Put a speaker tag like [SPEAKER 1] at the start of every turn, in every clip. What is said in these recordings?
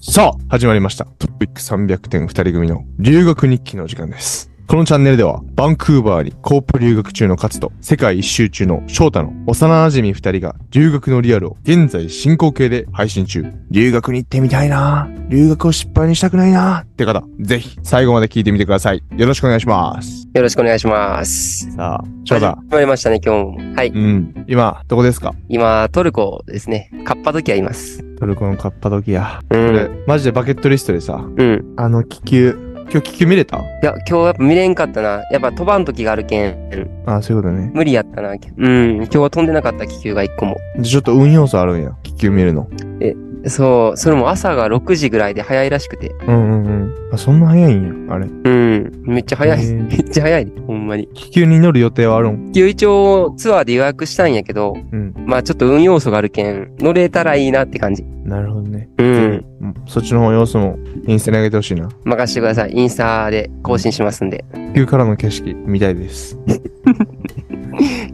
[SPEAKER 1] さあ、始まりました。トピック300点2人組の留学日記の時間です。このチャンネルでは、バンクーバーにコープ留学中のカツと、世界一周中の翔太の幼馴染2人が留学のリアルを現在進行形で配信中。留学に行ってみたいな留学を失敗にしたくないなって方、ぜひ最後まで聞いてみてください。よろしくお願いします。
[SPEAKER 2] よろしくお願いします。
[SPEAKER 1] さあ、翔太
[SPEAKER 2] 始。まりましたね、今日も。はい。
[SPEAKER 1] うん。今、どこですか
[SPEAKER 2] 今、トルコですね。カッパドキアいます。
[SPEAKER 1] トルコのカッパドキア。
[SPEAKER 2] う
[SPEAKER 1] これ
[SPEAKER 2] ん。、
[SPEAKER 1] マジでバケットリストでさ、
[SPEAKER 2] うん。
[SPEAKER 1] あの気球、今日気球見れた
[SPEAKER 2] いや、今日やっぱ見れんかったな。やっぱ飛ばん時があるけん。
[SPEAKER 1] ああ、そういうことね。
[SPEAKER 2] 無理やったな。うん。今日は飛んでなかった気球が一個も。
[SPEAKER 1] でちょっと運要素あるんや。気球見るの。
[SPEAKER 2] そう。それも朝が6時ぐらいで早いらしくて。
[SPEAKER 1] うんうんうん。あ、そんな早いんや。あれ。
[SPEAKER 2] うん。めっちゃ早い。
[SPEAKER 1] へー
[SPEAKER 2] めっちゃ早い。ほんまに。
[SPEAKER 1] 気球に乗る予定はあるん
[SPEAKER 2] 気球一応ツアーで予約したんやけど、
[SPEAKER 1] うん。
[SPEAKER 2] まあちょっと運要素があるけん、乗れたらいいなって感じ。
[SPEAKER 1] なるほどね。
[SPEAKER 2] う。。
[SPEAKER 1] うんそっちの方要素もインスタに上げてほしいな。
[SPEAKER 2] 任してください。インスタで更新しますんで。
[SPEAKER 1] 気球からの景色見たいです。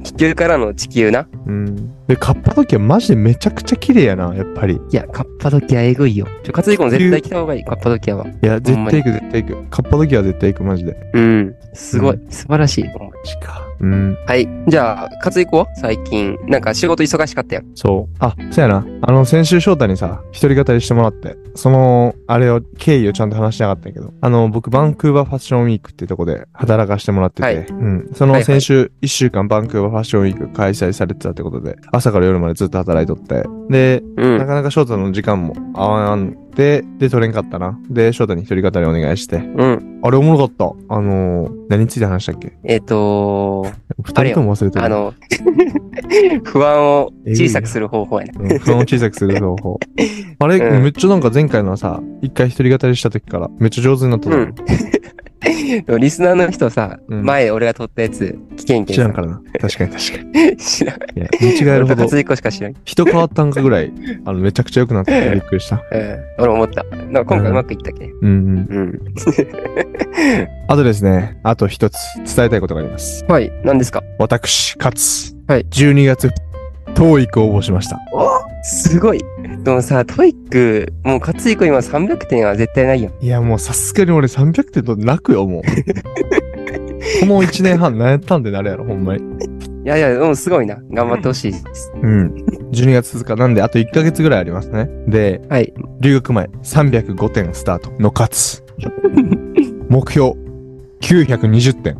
[SPEAKER 2] 気球からの地球な。
[SPEAKER 1] うん。で、カッパドキアマジでめちゃくちゃ綺麗やな、やっぱり。
[SPEAKER 2] いや、カッパドキアえぐいよ。ちょ、カツリコも絶対来た方がいい、カッパドキアは。
[SPEAKER 1] いや、絶
[SPEAKER 2] ほんま
[SPEAKER 1] 対
[SPEAKER 2] に
[SPEAKER 1] 行く、絶対行く。カッパドキア絶対行く、マジで。
[SPEAKER 2] うん。すごい。素晴らしい。
[SPEAKER 1] しか。うん。
[SPEAKER 2] はい。じゃあ、カツリコは最近、なんか仕事忙しかったよ。
[SPEAKER 1] そう。あ、そうやな。あの、先週翔太にさ、一人語りしてもらって、その、あれを、経緯をちゃんと話してなかったんやけど、あの、僕、バンクーバーファッションウィークってとこで働かしてもらってて、
[SPEAKER 2] はい
[SPEAKER 1] うん。そ
[SPEAKER 2] はいは
[SPEAKER 1] の
[SPEAKER 2] い
[SPEAKER 1] 先週、一週間バンクーバーファッションウィーク開催されてたってことで、朝から夜までずっと働いとって、で、
[SPEAKER 2] う
[SPEAKER 1] な。かなか翔太の時間も合わんで、で、取れんかったな。で、翔太に一人語りお願いして、
[SPEAKER 2] うん。
[SPEAKER 1] あれおもろかった。あのー、何について話したっけ
[SPEAKER 2] えっ、とあ
[SPEAKER 1] 二
[SPEAKER 2] れ
[SPEAKER 1] 人
[SPEAKER 2] よ
[SPEAKER 1] とも忘れてる。
[SPEAKER 2] あの、 不安を小さくする方法やな。
[SPEAKER 1] うん不安を小さくする方法。あれ、
[SPEAKER 2] うん
[SPEAKER 1] めっちゃなんか前回のさ、一回一人語りした時からめっちゃ上手になったと思う
[SPEAKER 2] リスナーの人さ、
[SPEAKER 1] うん
[SPEAKER 2] 前俺が撮ったやつ、危険
[SPEAKER 1] 知らん
[SPEAKER 2] 圏
[SPEAKER 1] からな。確かに確か に。
[SPEAKER 2] ら。知らん。
[SPEAKER 1] いや見違える
[SPEAKER 2] 俺
[SPEAKER 1] ほ
[SPEAKER 2] と カ
[SPEAKER 1] ど
[SPEAKER 2] ツ、リコしか知らん。
[SPEAKER 1] 人変わったんかぐらい、あの、めちゃくちゃ良くなっててびっくりした。
[SPEAKER 2] うん。俺思った。なんか今回うまくいったっけ、
[SPEAKER 1] うんうん。
[SPEAKER 2] うん、
[SPEAKER 1] あとですね、あと一つ伝えたいことがあります。
[SPEAKER 2] はい。何ですか
[SPEAKER 1] 私、勝つ。
[SPEAKER 2] はい
[SPEAKER 1] 12月、当育応募しました。
[SPEAKER 2] すごい。でもさ、トイック、もう勝つ以降今300点は絶対ないよ。
[SPEAKER 1] いや、もうさすがに俺300点と泣くよ、もう。この1年半、何やったんでなるやろ、ほんまに。
[SPEAKER 2] いやいや、でもすごいな。頑張ってほしいです。
[SPEAKER 1] うん。12月2日なんで、あと1ヶ月ぐらいありますね。で、
[SPEAKER 2] はい。
[SPEAKER 1] 留学前305点スタートの勝 つ。目標920点。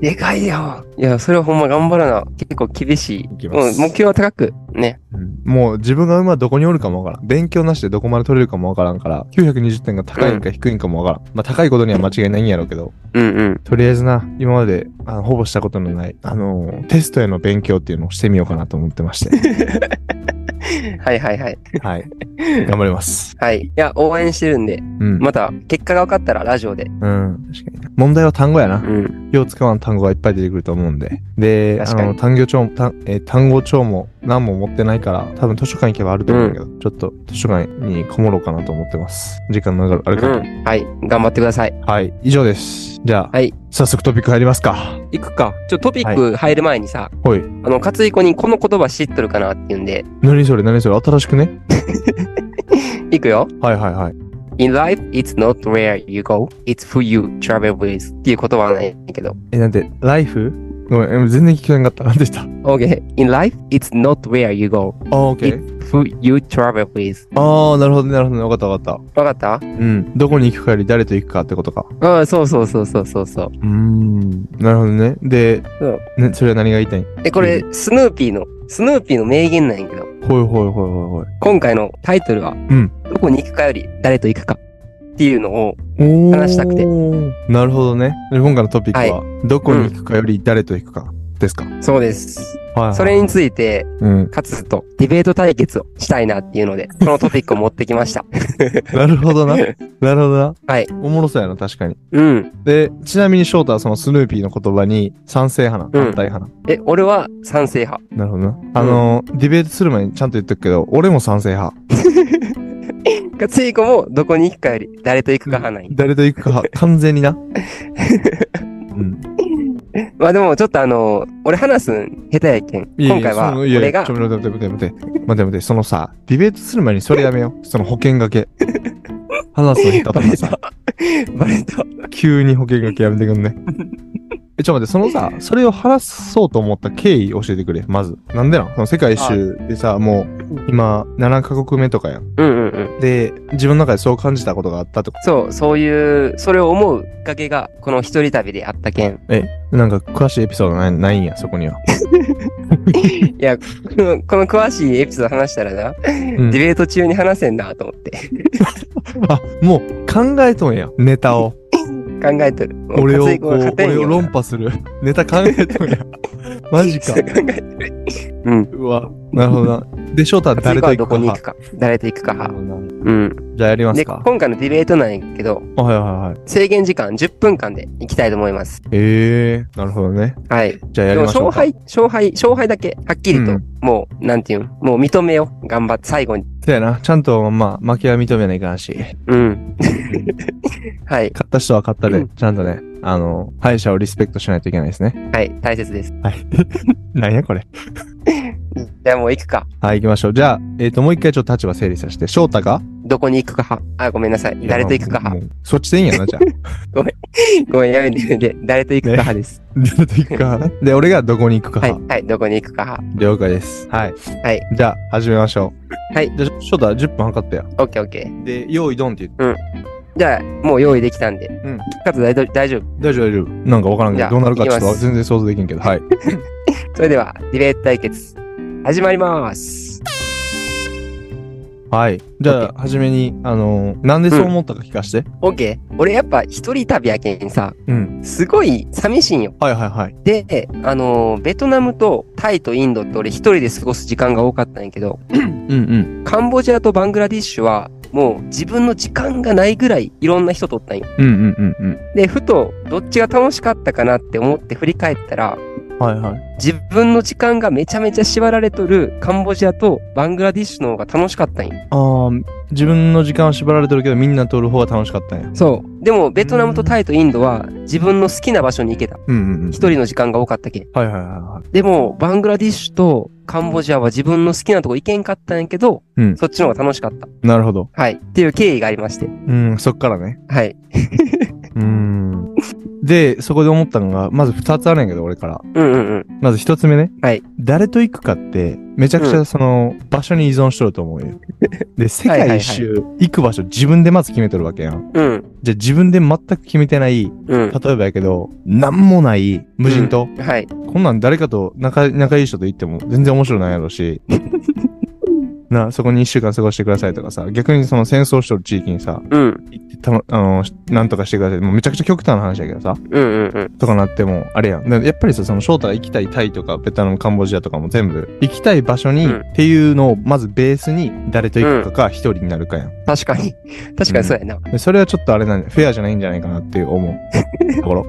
[SPEAKER 2] でかいよ。いや、それはほんま頑張らな。結構厳しい。
[SPEAKER 1] いき
[SPEAKER 2] もう
[SPEAKER 1] ま
[SPEAKER 2] 目
[SPEAKER 1] す。
[SPEAKER 2] 標は高く。ね。
[SPEAKER 1] うんもう自分が今どこにおるかもわからん。勉強なしでどこまで取れるかもわからんから、920点が高いんか低いんかもわからん。まあ高いことには間違いないんやろうけど、
[SPEAKER 2] うんうん。
[SPEAKER 1] とりあえずな、今まであのほぼしたことのない、あのーテストへの勉強っていうのをしてみようかなと思ってま して。
[SPEAKER 2] はいはいはい。
[SPEAKER 1] はい。頑張ります。
[SPEAKER 2] はい。いや、応援してるんで、
[SPEAKER 1] うん。
[SPEAKER 2] また結果が分かったらラジオで。
[SPEAKER 1] うん。確かに。問題は単語やな
[SPEAKER 2] う。ん。
[SPEAKER 1] よう使わん単語がいっぱい出てくると思うんで。で、あ
[SPEAKER 2] 確かに
[SPEAKER 1] の、単語帳も、単えー単語帳も何も持ってないから、多分図書館行けばあると思うんだけど、ちょっと図書館にこもろうかなと思ってます。時間のあるあ
[SPEAKER 2] う
[SPEAKER 1] るから、
[SPEAKER 2] ん。はい。頑張ってください。
[SPEAKER 1] はい、以上です。じゃあ、
[SPEAKER 2] はい
[SPEAKER 1] 早速トピック入りますか。
[SPEAKER 2] 行くか。ちょ、トピック入る前にさ、
[SPEAKER 1] ほい。
[SPEAKER 2] あの、勝彦にこの言葉知っとるかなっていうんで、
[SPEAKER 1] 何それ何それ新しくね
[SPEAKER 2] 行くよ。
[SPEAKER 1] はいはいはい。
[SPEAKER 2] In life, it's not where you go, it's who you travel with っていう言葉なんやけど。
[SPEAKER 1] え、なんて、ライフごめんえ、全然聞こえなかった。なんでした
[SPEAKER 2] Okay. In life, it's not where you go,
[SPEAKER 1] あー、オッケー。
[SPEAKER 2] who you travel with.
[SPEAKER 1] ああ、なるほどね、なるほどね。わかったわかっ
[SPEAKER 2] わかった
[SPEAKER 1] た。うん。どこに行くかより誰と行くかってことか。
[SPEAKER 2] うん、そうそうそうそうそうそう。
[SPEAKER 1] うーん。なるほどね。で、
[SPEAKER 2] そう
[SPEAKER 1] ね、それは何が言いたい
[SPEAKER 2] え、これ、スヌーピーの、スヌーピーの名言なんやけど、
[SPEAKER 1] ほいほいほいほいほい。
[SPEAKER 2] 今回のタイトルは、
[SPEAKER 1] ん
[SPEAKER 2] どこに行くかより誰と行くかっていうのを、
[SPEAKER 1] 話
[SPEAKER 2] 話したくて。
[SPEAKER 1] なるほどね。で今回のトピックは、どこに行くかより誰と行くかですか。
[SPEAKER 2] そうです。
[SPEAKER 1] はい、
[SPEAKER 2] それについて、
[SPEAKER 1] うん。
[SPEAKER 2] 勝つとディベート対決をしたいなっていう ので、このトピックを持ってきました。
[SPEAKER 1] なるほどな。なるほどな。
[SPEAKER 2] はい。
[SPEAKER 1] おもろそうやな、確かに。
[SPEAKER 2] うん。
[SPEAKER 1] で、ちなみに翔太はそのスヌーピーの言葉に賛成派な、
[SPEAKER 2] うん
[SPEAKER 1] 反対派な。
[SPEAKER 2] え、俺は賛成派。
[SPEAKER 1] なるほどな。あのー、ディベートする前にちゃんと言っとくけど、俺も賛成派。
[SPEAKER 2] 勝彦もどこに行くかより誰と行くか派なんや。
[SPEAKER 1] 誰と行くか派、完全に な。うん。
[SPEAKER 2] まあでもちょっとあの、俺話すん下手やけん。
[SPEAKER 1] いやい
[SPEAKER 2] 今
[SPEAKER 1] や
[SPEAKER 2] 回は
[SPEAKER 1] そのいやい
[SPEAKER 2] 俺
[SPEAKER 1] や
[SPEAKER 2] が
[SPEAKER 1] ちょ、待って待って待って待って。待って待って、そのさ、ディベートする前にそれやめよう。その保険掛け。話すの下手だから さ、
[SPEAKER 2] バレた。
[SPEAKER 1] 急に保険掛けやめてくんね。え、ちょっと待って、そのさ、それを話そうと思った経緯教えてくれ、まず。なんでなんその世界一周でさ、もう今7カ国目とかやん。
[SPEAKER 2] うんうんうん。
[SPEAKER 1] で、自分の中でそう感じたことがあったとか、
[SPEAKER 2] そう、そういう、それを思うきっかけが、この一人旅であったけん。
[SPEAKER 1] なんか詳しいエピソードないないんや、そこには。
[SPEAKER 2] いや、 このこの詳しいエピソード話したらな、
[SPEAKER 1] ん
[SPEAKER 2] ディベート中に話せんなと思って、
[SPEAKER 1] あ、もう考えとんや、ネタを。
[SPEAKER 2] 考えとる。もう
[SPEAKER 1] 俺を
[SPEAKER 2] 勝井
[SPEAKER 1] こ
[SPEAKER 2] 君は
[SPEAKER 1] う
[SPEAKER 2] 勝、てん
[SPEAKER 1] 俺を
[SPEAKER 2] よ
[SPEAKER 1] 論破する。 ネタ考えとん や。マジか
[SPEAKER 2] 考。えとる。うん。
[SPEAKER 1] うわ、なるほどな。で、翔太は
[SPEAKER 2] 勝井
[SPEAKER 1] 誰
[SPEAKER 2] 君
[SPEAKER 1] と行く
[SPEAKER 2] はどこ
[SPEAKER 1] か
[SPEAKER 2] に行くか。誰と行くか
[SPEAKER 1] 派
[SPEAKER 2] 派。うん。
[SPEAKER 1] じゃあやります
[SPEAKER 2] で、
[SPEAKER 1] か。
[SPEAKER 2] 今回のディベートなんやけど、
[SPEAKER 1] あはいはいはい。
[SPEAKER 2] 制限時間10分間で行きたいと思います。
[SPEAKER 1] ええー、なるほどね。
[SPEAKER 2] はい。
[SPEAKER 1] じゃあやり
[SPEAKER 2] でも
[SPEAKER 1] ましょ
[SPEAKER 2] 勝
[SPEAKER 1] うか。
[SPEAKER 2] 敗、勝敗、勝敗だけ、はっきりと、
[SPEAKER 1] うん
[SPEAKER 2] もう、なんていうん、もう認めよう。頑張って、最後に。
[SPEAKER 1] そうやな。ちゃんと、まあ、負けは認めないかんし。
[SPEAKER 2] うん。 はい。
[SPEAKER 1] 勝った人は勝った
[SPEAKER 2] う
[SPEAKER 1] で
[SPEAKER 2] ん、
[SPEAKER 1] ちゃんとね、あの、敗者をリスペクトしないといけないですね。
[SPEAKER 2] はい。大切です。
[SPEAKER 1] はい。なんやこれ。
[SPEAKER 2] じゃあもう行くか。
[SPEAKER 1] はい、行きましょう。じゃあ、えっ、と、もう一回ちょっと立場整理させて、翔太が
[SPEAKER 2] どこに行くか派。あ、ごめんなさい。誰と行く
[SPEAKER 1] も
[SPEAKER 2] か派。
[SPEAKER 1] うもうそっちでいいんやな、じゃあ。
[SPEAKER 2] ごめん、やめてやめて。 誰と行くか 派です。
[SPEAKER 1] 誰と行くか。で、俺がどこに行くか。
[SPEAKER 2] はい。はい。どこに行くか派。
[SPEAKER 1] 了解です。はい。
[SPEAKER 2] はい。
[SPEAKER 1] じゃあ、始めましょう。
[SPEAKER 2] はい。
[SPEAKER 1] じゃあ、翔太、10分測ったよ。
[SPEAKER 2] オッケーオッケー。
[SPEAKER 1] で、用意ドンって言って。
[SPEAKER 2] じゃあ、もう用意できたんで。
[SPEAKER 1] うん
[SPEAKER 2] かつ大丈夫大丈夫。
[SPEAKER 1] 大丈夫、大丈夫。なんかわからんけ
[SPEAKER 2] じゃ
[SPEAKER 1] ど、
[SPEAKER 2] あ
[SPEAKER 1] どうなるかちょっ
[SPEAKER 2] 行き
[SPEAKER 1] と
[SPEAKER 2] ます
[SPEAKER 1] 全然想像できんけど。はい。
[SPEAKER 2] それでは、ディベート対決、始まります。
[SPEAKER 1] はい。じゃ
[SPEAKER 2] OK
[SPEAKER 1] あ、はじめに、あのーなんでそう思ったか聞かして。
[SPEAKER 2] オッケー。俺やっぱ一人旅やけんさ、
[SPEAKER 1] うん。
[SPEAKER 2] すごい寂しいんよ。
[SPEAKER 1] はいはいはい。
[SPEAKER 2] で、あのーベトナムとタイとインドって俺一人で過ごす時間が多かったんやけど、
[SPEAKER 1] うんうん。
[SPEAKER 2] カンボジアとバングラディッシュは、もう自分の時間がないぐらいいろんな人とおったんよ。
[SPEAKER 1] うんうんうんう
[SPEAKER 2] で、ふとどっちが楽しかったかなって思って振り返ったら、
[SPEAKER 1] ん。はいはい。
[SPEAKER 2] 自分の時間がめちゃめちゃ縛られとるカンボジアとバングラディッシュの方が楽しかったんよ。
[SPEAKER 1] あー、自分の時間は縛られてるけど、みんな通る方が楽しかったんや。
[SPEAKER 2] そう。でも、ベトナムとタイとインドは自分の好きな場所に行けた。
[SPEAKER 1] うんうんうん。
[SPEAKER 2] 一人の時間が多かったけん。
[SPEAKER 1] はいはいはいはい。
[SPEAKER 2] でも、バングラディッシュとカンボジアは自分の好きなとこ行けんかったんやけど、
[SPEAKER 1] うん
[SPEAKER 2] そっちの方が楽しかった。
[SPEAKER 1] なるほど。
[SPEAKER 2] はい。っていう経緯がありまして。
[SPEAKER 1] うん、そっからね。
[SPEAKER 2] はい。
[SPEAKER 1] うーん。で、そこで思ったのが、まず2つあるんやけど、俺から。
[SPEAKER 2] うんうんうん。
[SPEAKER 1] まず1つ目ね。
[SPEAKER 2] はい。
[SPEAKER 1] 誰と行くかって、めちゃくち
[SPEAKER 2] う
[SPEAKER 1] ゃその、場所に依存しとると思う よ。で、世界一周、行く場所自分でまず決めとるわけやん。
[SPEAKER 2] うん。
[SPEAKER 1] じゃあ自分で全く決めてない、
[SPEAKER 2] うん。
[SPEAKER 1] 例えばやけど、なんもない無人島。
[SPEAKER 2] はい。
[SPEAKER 1] こんなん誰かと仲、仲いい人と行っても全然面白ないやろし。 な、そこに1週間過ごしてくださいとかさ、逆にその戦争しとる地域にさ、
[SPEAKER 2] うん。
[SPEAKER 1] 行ってたの、あの、なんとかしてください。もうめちゃくちゃ極端な話やけどさ、
[SPEAKER 2] うんうんうん。
[SPEAKER 1] とかなっても、あれやん。だからやっぱりさ、その翔太が行きたいタイとか、ベトナム、カンボジアとかも全部、行きたい場所に、
[SPEAKER 2] うん
[SPEAKER 1] っていうのを、まずベースに、誰と行くかか、一人になるかやん。
[SPEAKER 2] 確かに。確かにそうやな。
[SPEAKER 1] でそれはちょっとあれなんだフェアじゃないんじゃないかなっていう思 う。ところ。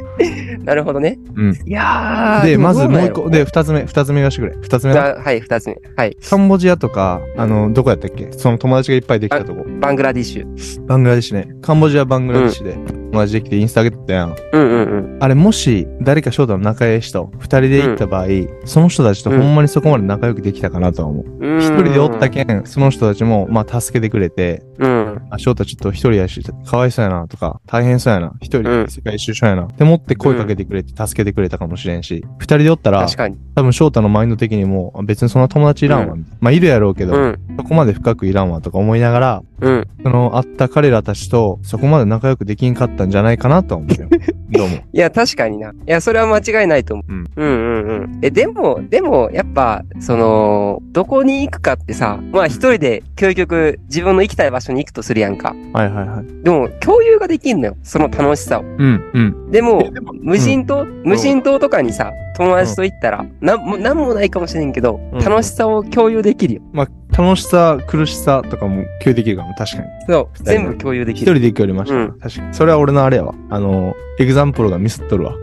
[SPEAKER 2] なるほどね。
[SPEAKER 1] うん。
[SPEAKER 2] いやー。
[SPEAKER 1] で、
[SPEAKER 2] も
[SPEAKER 1] まず
[SPEAKER 2] ど
[SPEAKER 1] も
[SPEAKER 2] なん
[SPEAKER 1] う
[SPEAKER 2] や
[SPEAKER 1] 一
[SPEAKER 2] ろ
[SPEAKER 1] 個、で、二つ目、二つ目言わしてくれ。二つ目な
[SPEAKER 2] あはい、二つ目。はい。
[SPEAKER 1] カンボジアとか、あの、どこやったっけその友達がいっぱいできたとこ。
[SPEAKER 2] バングラディッシュ。
[SPEAKER 1] バングラデシュね。カンボジア、バングラデシュで、友達できてインスタ上げてたやん。
[SPEAKER 2] うんうんうん。
[SPEAKER 1] あれ、もし、誰か翔太の仲良い人、二人で行った場合、その人たちとほんまにそこまで仲良くできたかなとは思う。
[SPEAKER 2] 一
[SPEAKER 1] 一人でおったけん、その人たちも、まあ、助けてくれて、
[SPEAKER 2] うん。
[SPEAKER 1] あ、翔太ちょっと一人やし、かわいそうやなとか、大変そうやな、一人
[SPEAKER 2] う
[SPEAKER 1] で
[SPEAKER 2] ん
[SPEAKER 1] 世界一周しようやな、って思って声かけてくれて、助けてくれたかもしれんし、二人でおったら
[SPEAKER 2] 確、かに。
[SPEAKER 1] 多分翔太のマインド的にも、あ別にそんな友達いらんわ、
[SPEAKER 2] う
[SPEAKER 1] まあ、いるやろうけど、
[SPEAKER 2] うん。
[SPEAKER 1] そこまで深くいらんわとか思いながら、
[SPEAKER 2] うん。
[SPEAKER 1] その、会った彼らたちと、そこまで仲良くできんかったんじゃないかなとは思う よ。どうも。
[SPEAKER 2] いや、確かにな。いや、それは間違いないと思う。
[SPEAKER 1] うん
[SPEAKER 2] うんうんうん。え、でも、でも、やっぱ、その、どこに行くかってさ、まあ一人で、究極、自分の行きたい場所に行くとするやんか。
[SPEAKER 1] はいはいはい。
[SPEAKER 2] でも、共有ができんのよ。その楽しさを。
[SPEAKER 1] うん、うん。
[SPEAKER 2] でも
[SPEAKER 1] え、でも
[SPEAKER 2] 無人島、無人島とかにさ、友達と行ったら、なんも、なんもないかもしれんけど、
[SPEAKER 1] うん
[SPEAKER 2] 楽しさを共有できるよ。
[SPEAKER 1] まあ、楽しさ、苦しさとかも共有できるかも、確かに。
[SPEAKER 2] そう、全部共有で
[SPEAKER 1] 一
[SPEAKER 2] き
[SPEAKER 1] 人
[SPEAKER 2] る。
[SPEAKER 1] で行くよりました、
[SPEAKER 2] うん
[SPEAKER 1] 確かに。それは俺のあれやわ。あの、エグザンプルがミスっとる わ。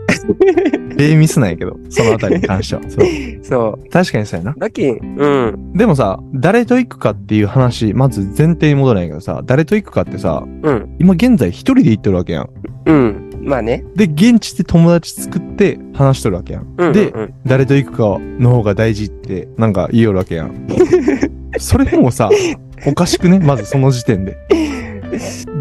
[SPEAKER 1] 例ミスなんやけど、そのあたりに関しては。そう
[SPEAKER 2] そ
[SPEAKER 1] 確かにそうやな。
[SPEAKER 2] う。だけん、うん、
[SPEAKER 1] でもさ、誰と行くかっていう話、まず前提に戻らないけどさ、誰と行くかってさ、
[SPEAKER 2] うん、
[SPEAKER 1] 今現在一人で行ってるわけやん。
[SPEAKER 2] うん。まあね。
[SPEAKER 1] で、現地で友達作って話しとるわけやん。
[SPEAKER 2] うん、
[SPEAKER 1] で
[SPEAKER 2] うんうん、
[SPEAKER 1] 誰と行くかの方が大事って、なんか 言いよるわけやん。それもさ、おかしくねまずその時点で。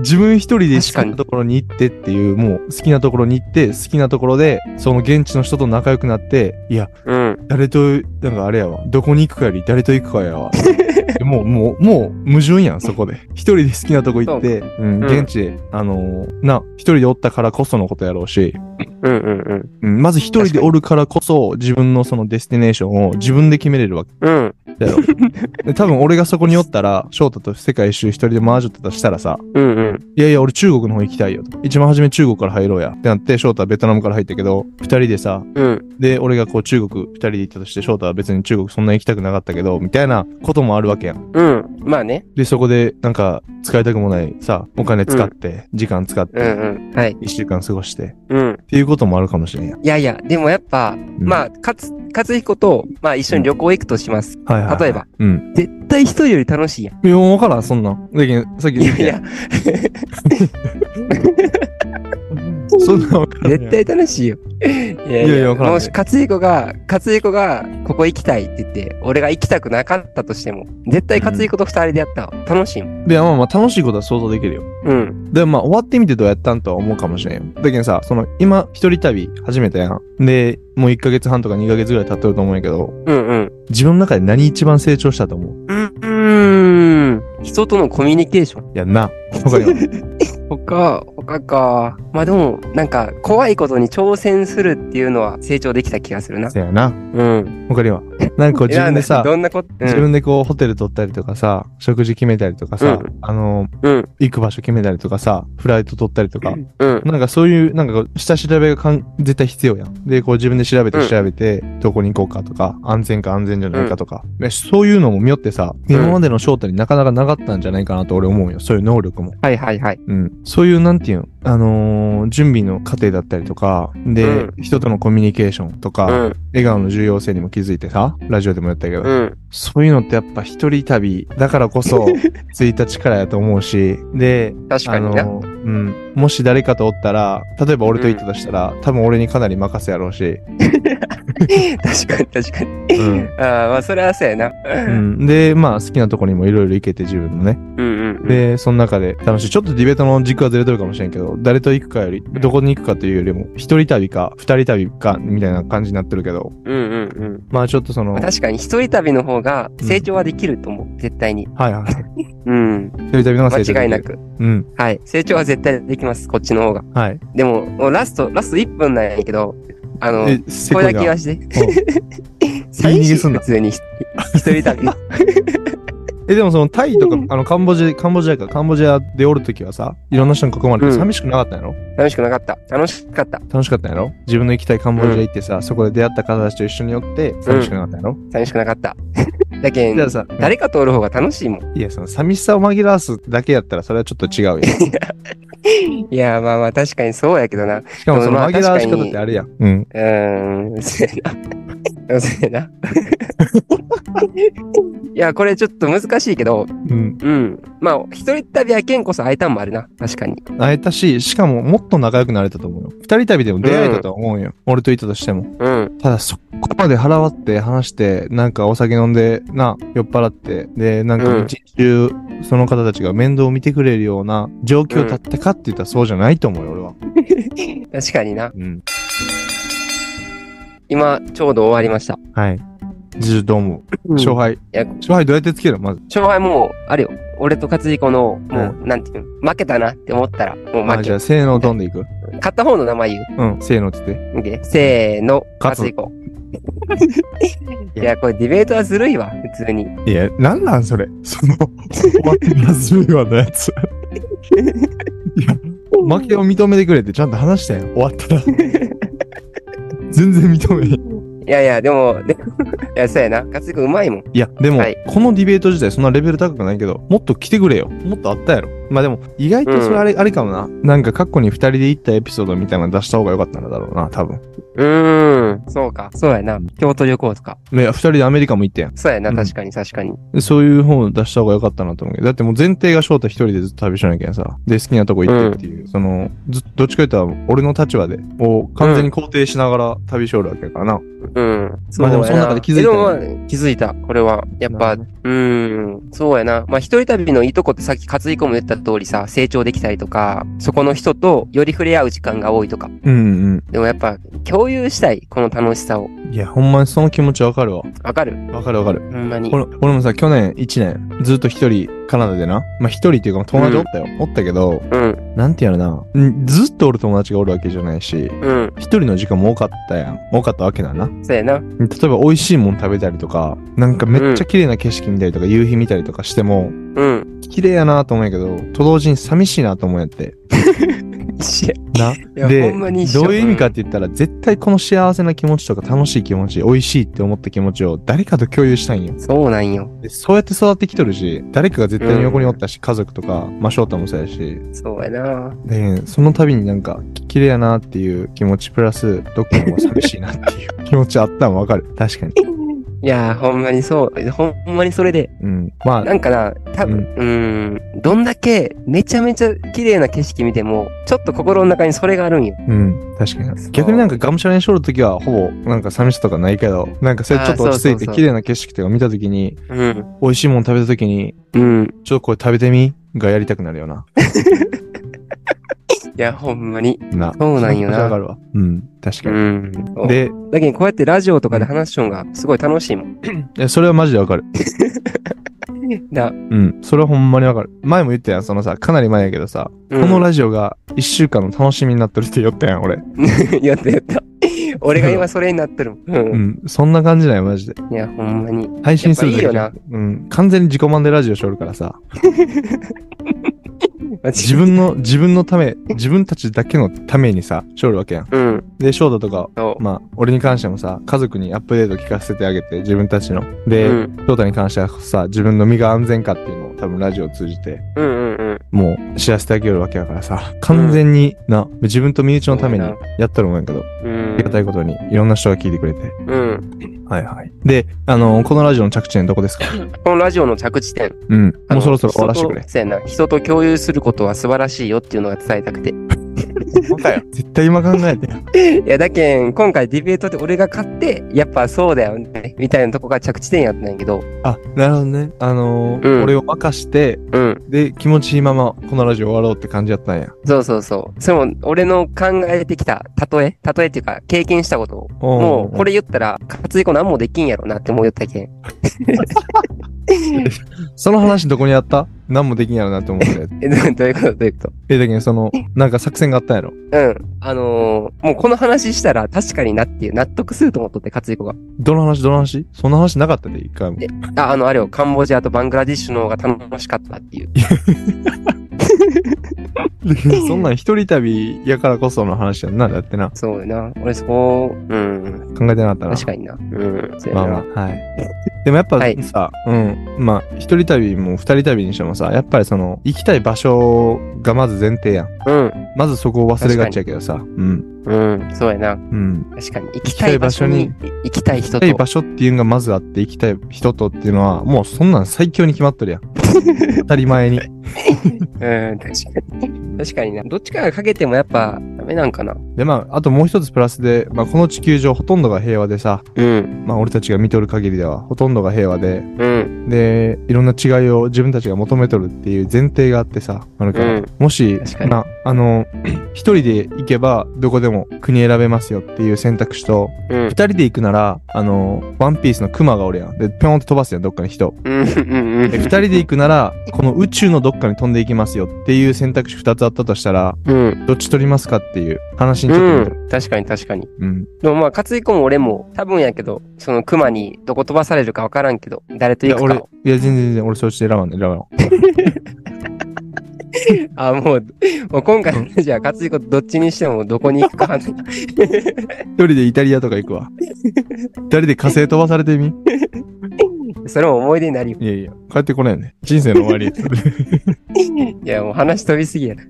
[SPEAKER 1] 自分一人で好
[SPEAKER 2] 確か
[SPEAKER 1] き
[SPEAKER 2] に
[SPEAKER 1] なところに行ってっていう、もう好きなところに行って、好きなところで、その現地の人と仲良くなって、いや、
[SPEAKER 2] うん。
[SPEAKER 1] 誰と、なんかあれやわ、どこに行くかより誰と行くかや わ。もう、もう、もう、矛盾やん、そこで。一人で好きなとこ行って、うん、
[SPEAKER 2] うん
[SPEAKER 1] 現地で、あのーな、一人でおったからこそのことやろうし、
[SPEAKER 2] うんうんうん。
[SPEAKER 1] うん、まず一人でおるからこそ、自分のそのデスティネーションを自分で決めれるわけ
[SPEAKER 2] うん。
[SPEAKER 1] だよ。で多分俺がそこにおったら、翔太と世界一周一人で回っちゃったとしたらさ、
[SPEAKER 2] うんうん。
[SPEAKER 1] いやいや、俺中国の方行きたいよと。一番初め中国から入ろうや。ってなって、翔太はベトナムから入ったけど、二人でさ、
[SPEAKER 2] うん。
[SPEAKER 1] で、俺がこう中国二人で行ったとして、翔太は別に中国そんな行きたくなかったけど、みたいなこともあるわけやん。
[SPEAKER 2] うん。まあね。
[SPEAKER 1] で、そこでなんか使いたくもないさ、お金使って、時間使っ
[SPEAKER 2] う
[SPEAKER 1] て、
[SPEAKER 2] んうん。はい。
[SPEAKER 1] 一週間過ごして、っ
[SPEAKER 2] うん。
[SPEAKER 1] ていうこともあるかもしれんやん。
[SPEAKER 2] いやいや、でもやっぱ、
[SPEAKER 1] うん
[SPEAKER 2] まあ、かつ、かつひこと、まあ一緒に旅行行くとします。
[SPEAKER 1] はいはいはい
[SPEAKER 2] 例えば。
[SPEAKER 1] うん。
[SPEAKER 2] 絶対一人より楽しいやん。
[SPEAKER 1] いや、わからん、そんなん。だけどさっき
[SPEAKER 2] い
[SPEAKER 1] 言っ
[SPEAKER 2] や
[SPEAKER 1] た
[SPEAKER 2] い
[SPEAKER 1] やん
[SPEAKER 2] や、
[SPEAKER 1] そんなんわからんやん
[SPEAKER 2] 絶対楽しいよ。いや
[SPEAKER 1] いやいやわからんね
[SPEAKER 2] もし、かつひこが、かつひこが、ここ行きたいって言って、俺が行きたくなかったとしても、絶対かつひこと二人でやったら楽しいもん。
[SPEAKER 1] いや、まあまあ楽しいことは想像できるよ。
[SPEAKER 2] うん。
[SPEAKER 1] でもまあ終わってみてどうやったんとは思うかもしれんよ。だけどさ、その今一人旅始めたやん。で、もう1ヶ月半とか2ヶ月ぐらい経ってると思うんやけど、
[SPEAKER 2] うんうん。
[SPEAKER 1] 自分の中で何一番成長したと思う
[SPEAKER 2] うーん。人とのコミュニケーション。
[SPEAKER 1] いやんな。他に は。
[SPEAKER 2] 他、他か。まあでも、なんか、怖いことに挑戦するっていうのは成長できた気がするな。
[SPEAKER 1] せやな。
[SPEAKER 2] うん。
[SPEAKER 1] 他には。なんかこう自分でさ
[SPEAKER 2] いや、どんなこと、うん、
[SPEAKER 1] 自分でこうホテル取ったりとかさ、食事決めたりとかさ、
[SPEAKER 2] う
[SPEAKER 1] あの、
[SPEAKER 2] うん。
[SPEAKER 1] 行く場所決めたりとかさ、フライト取ったりとか、
[SPEAKER 2] うん。
[SPEAKER 1] なんかそういう、なんかこう下調べがかん絶対必要やん。で、こう自分で調べ
[SPEAKER 2] う
[SPEAKER 1] て
[SPEAKER 2] ん
[SPEAKER 1] 調べて、どこに行こうかとか、安全か安全じゃないかとか、ねそういうのも見よってさ、今までの翔太になかなかなかったんじゃないかなと俺思うよ。そういう能力も。
[SPEAKER 2] はいはいはい。
[SPEAKER 1] うん。そういう、なんていうの、あのー準備の過程だったりとか、で、
[SPEAKER 2] うん
[SPEAKER 1] 人とのコミュニケーションと
[SPEAKER 2] う
[SPEAKER 1] か、
[SPEAKER 2] ん。
[SPEAKER 1] 笑顔の重要性にも気づいてさ、ラジオでもやったけど、
[SPEAKER 2] うん。
[SPEAKER 1] そういうのってやっぱ一人旅だからこ そ、ついた力やと思うし、で、
[SPEAKER 2] 確か
[SPEAKER 1] あ
[SPEAKER 2] に
[SPEAKER 1] の
[SPEAKER 2] な。
[SPEAKER 1] うん、もし誰かとおったら例えば俺と行ったとしたら、多分俺にかなり任せやろうし、
[SPEAKER 2] 確かに確かに。
[SPEAKER 1] うん
[SPEAKER 2] ああ、まあそれはそうやな。
[SPEAKER 1] うんでまあ好きなとこにもいろいろ行けて自分のね
[SPEAKER 2] うんうん。
[SPEAKER 1] でその中で楽しいちょっとディベートの軸はずれとるかもしれんけど誰と行くかよりどこに行くかというよりも一人旅か二人旅かみたいな感じになってるけど
[SPEAKER 2] うんうんうん。
[SPEAKER 1] まあちょっとその
[SPEAKER 2] ま
[SPEAKER 1] は
[SPEAKER 2] あ
[SPEAKER 1] い
[SPEAKER 2] 確かに一人旅の方が成長はできると思う。絶対に。
[SPEAKER 1] はい
[SPEAKER 2] うん。
[SPEAKER 1] 一人旅の方が成長
[SPEAKER 2] 間違いな
[SPEAKER 1] できる
[SPEAKER 2] く。
[SPEAKER 1] うん
[SPEAKER 2] はい。成長は絶対できます。こっちの方が。
[SPEAKER 1] はい
[SPEAKER 2] でも、もうラスト、ラスト1分なんやけど、あの、
[SPEAKER 1] えせ
[SPEAKER 2] こ
[SPEAKER 1] こ
[SPEAKER 2] れ
[SPEAKER 1] いな
[SPEAKER 2] だけ言わして。
[SPEAKER 1] うん
[SPEAKER 2] 寂しい
[SPEAKER 1] 逃げすんな
[SPEAKER 2] 普通に一人 旅。
[SPEAKER 1] えでもそのタイとか
[SPEAKER 2] うん
[SPEAKER 1] あのカンボジアカンボジアかカンボジアでおるときはさいろんな人に囲まれ
[SPEAKER 2] うん
[SPEAKER 1] て寂しくなかったんやろ、
[SPEAKER 2] 楽しくなかった。楽しかった。
[SPEAKER 1] 楽しかったんやろ自分の行きたいカンボジア行ってさ、そこで出会った方たちと一緒に寄って寂しくなかったんやろ、
[SPEAKER 2] 寂しくなかった。 だけ
[SPEAKER 1] じゃ
[SPEAKER 2] ん
[SPEAKER 1] あ、さ、
[SPEAKER 2] 誰かとおる方が楽しいもん。
[SPEAKER 1] いや、その寂しさを紛らわすだけやったらそれはちょっと違 うよ。
[SPEAKER 2] いや、まあまあ確かにそうやけどな。う
[SPEAKER 1] しかもその
[SPEAKER 2] まあ
[SPEAKER 1] 紛らわし方ってあれやん。うん。
[SPEAKER 2] ーん、 そうやな。そうやな。 いや、これちょっと難しいけど、
[SPEAKER 1] うん。
[SPEAKER 2] うん。まあ、一人旅やけんこそ会えたんもあるな。確かに。
[SPEAKER 1] 会えたし、しかももっと仲良くなれたと思うよ。二人旅でも出会えたとは思うよ。俺といたとしても。
[SPEAKER 2] うん。
[SPEAKER 1] ただそこまで払わって話して、なんかお酒飲んで、な、酔っ払って、で、なん
[SPEAKER 2] う
[SPEAKER 1] か
[SPEAKER 2] ん
[SPEAKER 1] 一日中、その方たちが面倒を見てくれるような状況だったかって言ったらそうじゃないと思うよ、俺は。
[SPEAKER 2] 確かにな。
[SPEAKER 1] うん。
[SPEAKER 2] 今、ちょうど終わりました。
[SPEAKER 1] はい。じゃあどう思う
[SPEAKER 2] うん
[SPEAKER 1] 勝敗。
[SPEAKER 2] や
[SPEAKER 1] 勝敗どうやってつけるまず。
[SPEAKER 2] 勝敗もう、あれよ。俺と勝彦の、もう、
[SPEAKER 1] う
[SPEAKER 2] なんていうの、負けたなって思ったら、もう
[SPEAKER 1] ま
[SPEAKER 2] 負
[SPEAKER 1] あ、
[SPEAKER 2] け
[SPEAKER 1] じゃ。あ、せーの、飛んでいく。
[SPEAKER 2] 勝った方の名前言う。
[SPEAKER 1] うん、せーのって言って。
[SPEAKER 2] オッケーせーの、
[SPEAKER 1] 勝つ
[SPEAKER 2] 勝彦。いや、これディベートはずるいわ、普通に。
[SPEAKER 1] いや、なんなんそれ。その、終わってなずるようなやつ。いや、 負けを認めてくれってちゃんと話したよ。終わったら。全然認めへん。
[SPEAKER 2] いやいや、でも、 でもいや、そうやな。勝彦うまいもん。
[SPEAKER 1] いや、でも、
[SPEAKER 2] はい
[SPEAKER 1] このディベート自体そんなレベル高くないけど、もっと来てくれよ。もっとあったやろ。まあでも、意外とそれあれ,、あれかもな。なんか、過去に二人で行ったエピソードみたいなの出した方が良かったんだろうな、多分。
[SPEAKER 2] うーん。そうか。そうやな。京都旅行とか。
[SPEAKER 1] いや、二人でアメリカも行ったやん。
[SPEAKER 2] そうやな。
[SPEAKER 1] うん
[SPEAKER 2] 確かに、確かに。
[SPEAKER 1] でそういう本を出した方が良かったなと思うけど、だってもう前提が翔太一人でずっと旅しなきゃさ、で、好きなとこ行ってっていう、その、ずどっちか言ったら俺の立場で、を完全に肯定しながら旅しおるわけやからな。
[SPEAKER 2] うん。
[SPEAKER 1] まあでもその中で気づい
[SPEAKER 2] で
[SPEAKER 1] た
[SPEAKER 2] も、ま
[SPEAKER 1] よ
[SPEAKER 2] あ
[SPEAKER 1] ね。
[SPEAKER 2] 気づいた。これは。やっ
[SPEAKER 1] な
[SPEAKER 2] ぱ、
[SPEAKER 1] るほどね
[SPEAKER 2] うーん、そうやな。まあ、一人旅のいいとこってさっき勝彦も言った通りさ、成長できたりとか、そこの人とより触れ合う時間が多いとか。
[SPEAKER 1] うん
[SPEAKER 2] でもやっぱ、共有したい、この楽しさを。
[SPEAKER 1] うん。いや、ほんまにその気持ちわかるわ。
[SPEAKER 2] わかる
[SPEAKER 1] わかるわかる。
[SPEAKER 2] ほんまに。
[SPEAKER 1] 俺俺もさ、去年1年、ずっと一人、カナダでな。まあ、一人っていうか、友達おったよ。おったけど、
[SPEAKER 2] うん、
[SPEAKER 1] なんていうのな。んずっとおる友達がおるわけじゃないし、
[SPEAKER 2] うん、
[SPEAKER 1] 一人の時間も多かったやん。多かったわけだな。
[SPEAKER 2] そうやな。
[SPEAKER 1] 例えば美味しいもん食べたりとか、なんかめっちゃ綺麗な景色見たりとか、夕日見たりとかしても、
[SPEAKER 2] うん。
[SPEAKER 1] 綺麗やなと思うんやけど、と同時に寂しいなと思うんやって。
[SPEAKER 2] 一緒や
[SPEAKER 1] な。
[SPEAKER 2] や
[SPEAKER 1] で、
[SPEAKER 2] ほんまに一緒
[SPEAKER 1] どういう意味かって言ったら、絶対この幸せな気持ちとか楽しい気持ち、美味しいって思った気持ちを誰かと共有したいんよ。
[SPEAKER 2] そうなんよ。
[SPEAKER 1] でそうやって育ってきとるし、誰かが絶対に横におったし、家族とか、まあ、翔太もそうやし、
[SPEAKER 2] そうや な。
[SPEAKER 1] で、その度になんか、き綺麗やなっていう気持ち、プラス、どっかも寂しいなっていう気持ちあったのわかる。確かに。
[SPEAKER 2] いやー、ほんまにそう。ほんまにそれで。
[SPEAKER 1] うん。ま
[SPEAKER 2] なんかな、多分、うーん、どんだけめちゃめちゃ綺麗な景色見ても、ちょっと心の中にそれがあるんよ。
[SPEAKER 1] あ、うん。確かに。
[SPEAKER 2] そう
[SPEAKER 1] 逆になんか、がむしゃらにしょるときは、ほぼ、なんか寂しさとかないけど、なんかそれちょっと落ち着
[SPEAKER 2] あーそ
[SPEAKER 1] い
[SPEAKER 2] うそうそ
[SPEAKER 1] て、
[SPEAKER 2] う
[SPEAKER 1] 綺麗な景色とか見たときに、
[SPEAKER 2] うん。
[SPEAKER 1] 美味しいもの食べたときに、
[SPEAKER 2] うん。
[SPEAKER 1] ちょっとこれ食べてみがやりたくなるよな。
[SPEAKER 2] いや、ほんまに。
[SPEAKER 1] な。
[SPEAKER 2] そうなんよな
[SPEAKER 1] 気持ちわかるわ。うん。確
[SPEAKER 2] う
[SPEAKER 1] かに。
[SPEAKER 2] ん。で、
[SPEAKER 1] で、
[SPEAKER 2] だけどこうやってラジオとかで話しょんがすごい楽しいもん。
[SPEAKER 1] いやそれはマジでわかる。
[SPEAKER 2] だ、
[SPEAKER 1] うん。それはほんまにわかる。前も言ったやん、そのさ、かなり前やけどさ、
[SPEAKER 2] うん
[SPEAKER 1] このラジオが一週間の楽しみになってるって言ったやん、俺。
[SPEAKER 2] やったやった。俺が今それになってるも ん。
[SPEAKER 1] う。
[SPEAKER 2] うん
[SPEAKER 1] そんな感じなんよ、マジで。
[SPEAKER 2] ん。いや、ほんまに。
[SPEAKER 1] 配信するだけじゃん
[SPEAKER 2] やっ
[SPEAKER 1] うん。完全に自己満でラジオしょるからさ、
[SPEAKER 2] マジ
[SPEAKER 1] 自分の、自分のため、自分たちだけのためにさ、しょるわけやん。
[SPEAKER 2] うん。
[SPEAKER 1] で、翔太とか、
[SPEAKER 2] そう。
[SPEAKER 1] まあ、俺に関してもさ、家族にアップデート聞かせてあげて、自分たちの。で、
[SPEAKER 2] うん
[SPEAKER 1] 翔太に関してはさ、自分の身が安全かっていうのを多分ラジオを通じて、
[SPEAKER 2] うんうんうん。
[SPEAKER 1] もう知らせてあげるわけやからさ、完全にな、自分と身内のためにやったと思うんやけど、
[SPEAKER 2] うん。
[SPEAKER 1] ありがたいことにいろんな人が聞いてくれて。
[SPEAKER 2] うん。
[SPEAKER 1] はいはい。で、あの、このラジオの着地点どこですか
[SPEAKER 2] このラジオの着地点。
[SPEAKER 1] うん。
[SPEAKER 2] あ
[SPEAKER 1] も
[SPEAKER 2] の
[SPEAKER 1] うそろそろ終わらせてくれ
[SPEAKER 2] 人。とそうやな。人と共有することは素晴らしいよっていうのが伝えたくて。
[SPEAKER 1] 絶対今考えてよ。
[SPEAKER 2] いや、だけん、今回ディベートで俺が勝って、やっぱそうだよね。みたいなとこが着地点やったんやけど。
[SPEAKER 1] あ、なるほどね。あのー
[SPEAKER 2] うん
[SPEAKER 1] 俺を任して、
[SPEAKER 2] うん。
[SPEAKER 1] で、気持ちいいままこのラジオ終わろうって感じやったんや。
[SPEAKER 2] そうそうそう。それも、俺の考えてきた例え例えっていうか、経験したことを。
[SPEAKER 1] おー
[SPEAKER 2] もう、これ言ったら、活躍何もできんやろなって思うよったけん。
[SPEAKER 1] その話どこにあった何もできんやろなって思って。
[SPEAKER 2] え、どどういうことどういうこと
[SPEAKER 1] え、だけどその、なんか作戦があったんやろ。
[SPEAKER 2] うん。あのーもうこの話したら確かになっていう、納得すると思っとって、勝彦が。
[SPEAKER 1] どの話どの話そんな話なかったで、一回も。
[SPEAKER 2] あ、あの、あれを、カンボジアとバングラディッシュの方が楽しかったっていう。
[SPEAKER 1] そんなん一人旅やからこその話やんな。だってな。
[SPEAKER 2] そうよな。俺そこ、うん。
[SPEAKER 1] 考えてなかったな。
[SPEAKER 2] 確かにな。うん。そうや
[SPEAKER 1] まあ
[SPEAKER 2] な。
[SPEAKER 1] まあ、はい。でもやっぱ
[SPEAKER 2] はい
[SPEAKER 1] さ、うん、まあ、一人旅も二人旅にしてもさ、やっぱりその、行きたい場所がまず前提やん。
[SPEAKER 2] うん。
[SPEAKER 1] まずそこを忘れがちやけどさ、うん、
[SPEAKER 2] うん、そうやな。
[SPEAKER 1] うん。
[SPEAKER 2] 確かに。行きたい場所に行きたい人
[SPEAKER 1] 行き
[SPEAKER 2] と
[SPEAKER 1] た。い場所っていうのがまずあって、行きたい人とっていうのは、もうそんなん最強に決まっとるやん。 当たり前に。
[SPEAKER 2] うん、確かに。確かにな。どっちかがかけてもやっぱダメなんかな。
[SPEAKER 1] で、まあ、あともう一つプラスで、まあ、この地球上ほとんどが平和でさ、
[SPEAKER 2] うん、
[SPEAKER 1] まあ、俺たちが見とる限りでは、ほとんどが平和で、
[SPEAKER 2] うん、
[SPEAKER 1] で、いろんな違いを自分たちが求めとるっていう前提があってさ、あるから、
[SPEAKER 2] うん
[SPEAKER 1] もし
[SPEAKER 2] 確か、に
[SPEAKER 1] な、あの、 一人で行けばどこでも国選べますよっていう選択肢と、
[SPEAKER 2] うん
[SPEAKER 1] 二、人で行くなら、あの、ワンピースのクマがおるやん。で、ぴょんって飛ばすやん、どっかに人。
[SPEAKER 2] うん、うん、う
[SPEAKER 1] で、二
[SPEAKER 2] ん
[SPEAKER 1] 人で行くなら、この宇宙のどっかに飛んでいきますよっていう選択肢二つあったとしたら、
[SPEAKER 2] うん。
[SPEAKER 1] どっち取りますかっていう話にちょっと
[SPEAKER 2] う
[SPEAKER 1] 似てる。
[SPEAKER 2] ん、確かに確かに。
[SPEAKER 1] うん。
[SPEAKER 2] でもまあ、勝彦も俺も多分やけど、その熊にどこ飛ばされるかわからんけど、誰と
[SPEAKER 1] い
[SPEAKER 2] 行
[SPEAKER 1] や、
[SPEAKER 2] く
[SPEAKER 1] 俺、い
[SPEAKER 2] か
[SPEAKER 1] や、全然全然、俺そっち選ばん、選ばん。
[SPEAKER 2] あ、もう、もう今回のじゃあ、勝彦どっちにしてもどこに行くか。
[SPEAKER 1] 一人でイタリアとか行くわ。二人で火星飛ばされてみ
[SPEAKER 2] それも思い出になり。
[SPEAKER 1] いやいや、帰ってこないよね。人生の終わ り。
[SPEAKER 2] いや、もう話飛びすぎやな。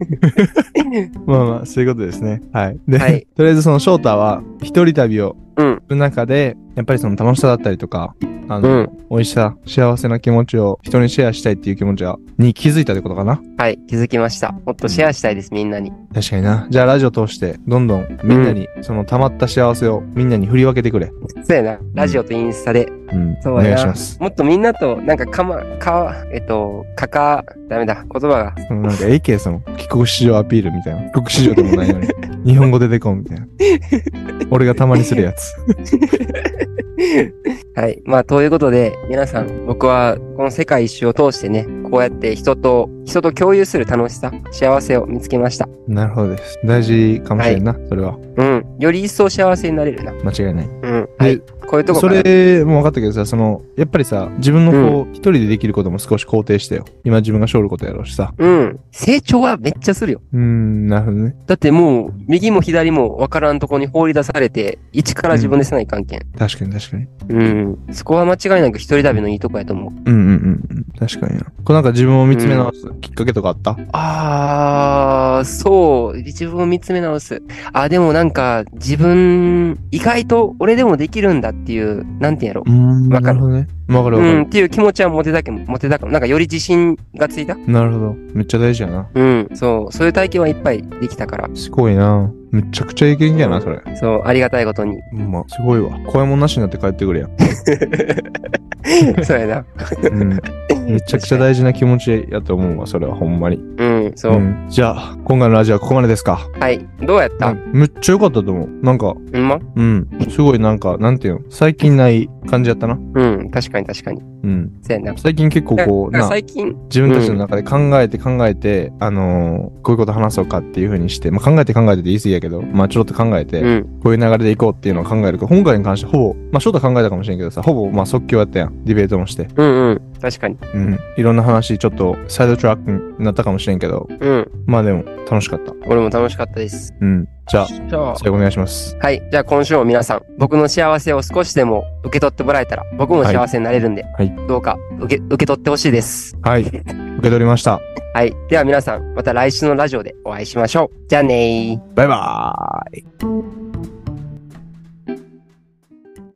[SPEAKER 1] まあまあ、そういうことですね。はい。で、
[SPEAKER 2] はい
[SPEAKER 1] とりあえずその翔太は、一人旅を
[SPEAKER 2] うん
[SPEAKER 1] する中で、やっぱりその楽しさだったりとか、あ
[SPEAKER 2] う
[SPEAKER 1] の、
[SPEAKER 2] ん。
[SPEAKER 1] 美味しさ、幸せな気持ちを人にシェアしたいっていう気持ちはに気づいたってことかな。
[SPEAKER 2] はい。気づきました。もっとシェアしたいです、みんなに。
[SPEAKER 1] 確かにな。じゃあラジオ通して、どんどんみんなに、その溜まった幸せをみんなに振り分けてくれ。
[SPEAKER 2] そうやな。ラジオとインスタで。
[SPEAKER 1] うん。
[SPEAKER 2] そう
[SPEAKER 1] お
[SPEAKER 2] やな
[SPEAKER 1] 願いします。
[SPEAKER 2] もっとみんなと、なんかかま、か、えっと、かか、ダメだ。言葉が。
[SPEAKER 1] そのなんか AK その帰国子女アピールみたいな。帰国子女でもない のに。日本語出てこんみたいな。俺がたまにするやつ。
[SPEAKER 2] はい。まあ、ということで、皆さん、僕は、この世界一周を通してね、こうやって人と、人と共有する楽しさ、幸せを見つけました。
[SPEAKER 1] なるほどです。大事かもしれんな。それは。
[SPEAKER 2] うん。より一層幸せになれるな。
[SPEAKER 1] 間違いない。
[SPEAKER 2] うん。はい。こういうとこ
[SPEAKER 1] そ
[SPEAKER 2] から。
[SPEAKER 1] れも分かったけどさ、その、やっぱりさ、自分のこう、一人でできることも少し肯定してよ。今自分が勝ることやろうしさ。
[SPEAKER 2] うん。成長はめっちゃするよ。
[SPEAKER 1] うーん、なるほどね。
[SPEAKER 2] だってもう、右も左も分からんとこに放り出されて、一から自分でせない関係。
[SPEAKER 1] 確かに確かに。
[SPEAKER 2] うん。そこは間違いなく一人旅のいいとこやと思う。
[SPEAKER 1] うんうんうんうん。確かにな。こうなんか自分を見つめ直すきっかけとかあった、
[SPEAKER 2] あー、そう。自分を見つめ直す。あ、でもなんか、自分、意外と俺でもできるんだっていう、なんて言うんやろ。
[SPEAKER 1] うん、
[SPEAKER 2] わか
[SPEAKER 1] なる
[SPEAKER 2] る
[SPEAKER 1] ほどね。わかるわ
[SPEAKER 2] う
[SPEAKER 1] か
[SPEAKER 2] ん、っ
[SPEAKER 1] る、
[SPEAKER 2] ていう気持ちは持てたけど、持てたかも。なんかより自信がついた
[SPEAKER 1] なるほど。めっちゃ大事やな。
[SPEAKER 2] うん、そう。そういう体験はいっぱいできたから。
[SPEAKER 1] すごいな。めちゃくちゃいけんやな、それ。
[SPEAKER 2] そう、ありがたいこ とに。
[SPEAKER 1] うん、まあ、すごいわ。怖いもんなしになって帰ってくれや。
[SPEAKER 2] そうやな。
[SPEAKER 1] うん。めちゃくちゃ大事な気持ちやと思うわ、それはほんまに。
[SPEAKER 2] うん、そう。
[SPEAKER 1] ん、じゃあ、今回のラジオはここまでですか。
[SPEAKER 2] はい。どうやった、
[SPEAKER 1] うんめっちゃ良かったと思う。なんか、
[SPEAKER 2] うんま
[SPEAKER 1] うん。すごいなんか、なんていうの、最近ない感じやったな。
[SPEAKER 2] うん、確かに確かに。
[SPEAKER 1] うん。
[SPEAKER 2] そうやな。
[SPEAKER 1] 最近結構こう、
[SPEAKER 2] なん
[SPEAKER 1] な、
[SPEAKER 2] か最近、
[SPEAKER 1] 自分たちの中で考えて考えて、あのーこういうこと話そうかっていう風にして、まあ、考えて考えてって言い過ぎやけど、まあ、ちょろっと考えて、
[SPEAKER 2] うん、
[SPEAKER 1] こういう流れでいこうっていうのを考えるけど、今回に関してほぼ、まあ、翔太考えたかもしれんけどさ、ほぼ、まあ、即興やったやん。ディベートもして。
[SPEAKER 2] うん、うん、確かに。
[SPEAKER 1] うん。いろんな話、ちょっと、サイドトラックになったかもしれんけど、
[SPEAKER 2] うん、
[SPEAKER 1] まあ、でも、楽しかった。
[SPEAKER 2] 俺も楽しかったです。
[SPEAKER 1] うん。じゃあ、
[SPEAKER 2] じゃあ
[SPEAKER 1] 最後お願いします。
[SPEAKER 2] はい。じゃあ今週も皆さん、僕の幸せを少しでも受け取ってもらえたら、僕も幸せになれるんで、
[SPEAKER 1] はい
[SPEAKER 2] どうか受け、受け取ってほしいです。
[SPEAKER 1] はい。受け取りました。
[SPEAKER 2] はい。では皆さん、また来週のラジオでお会いしましょう。じゃあねー。
[SPEAKER 1] バイバーイ。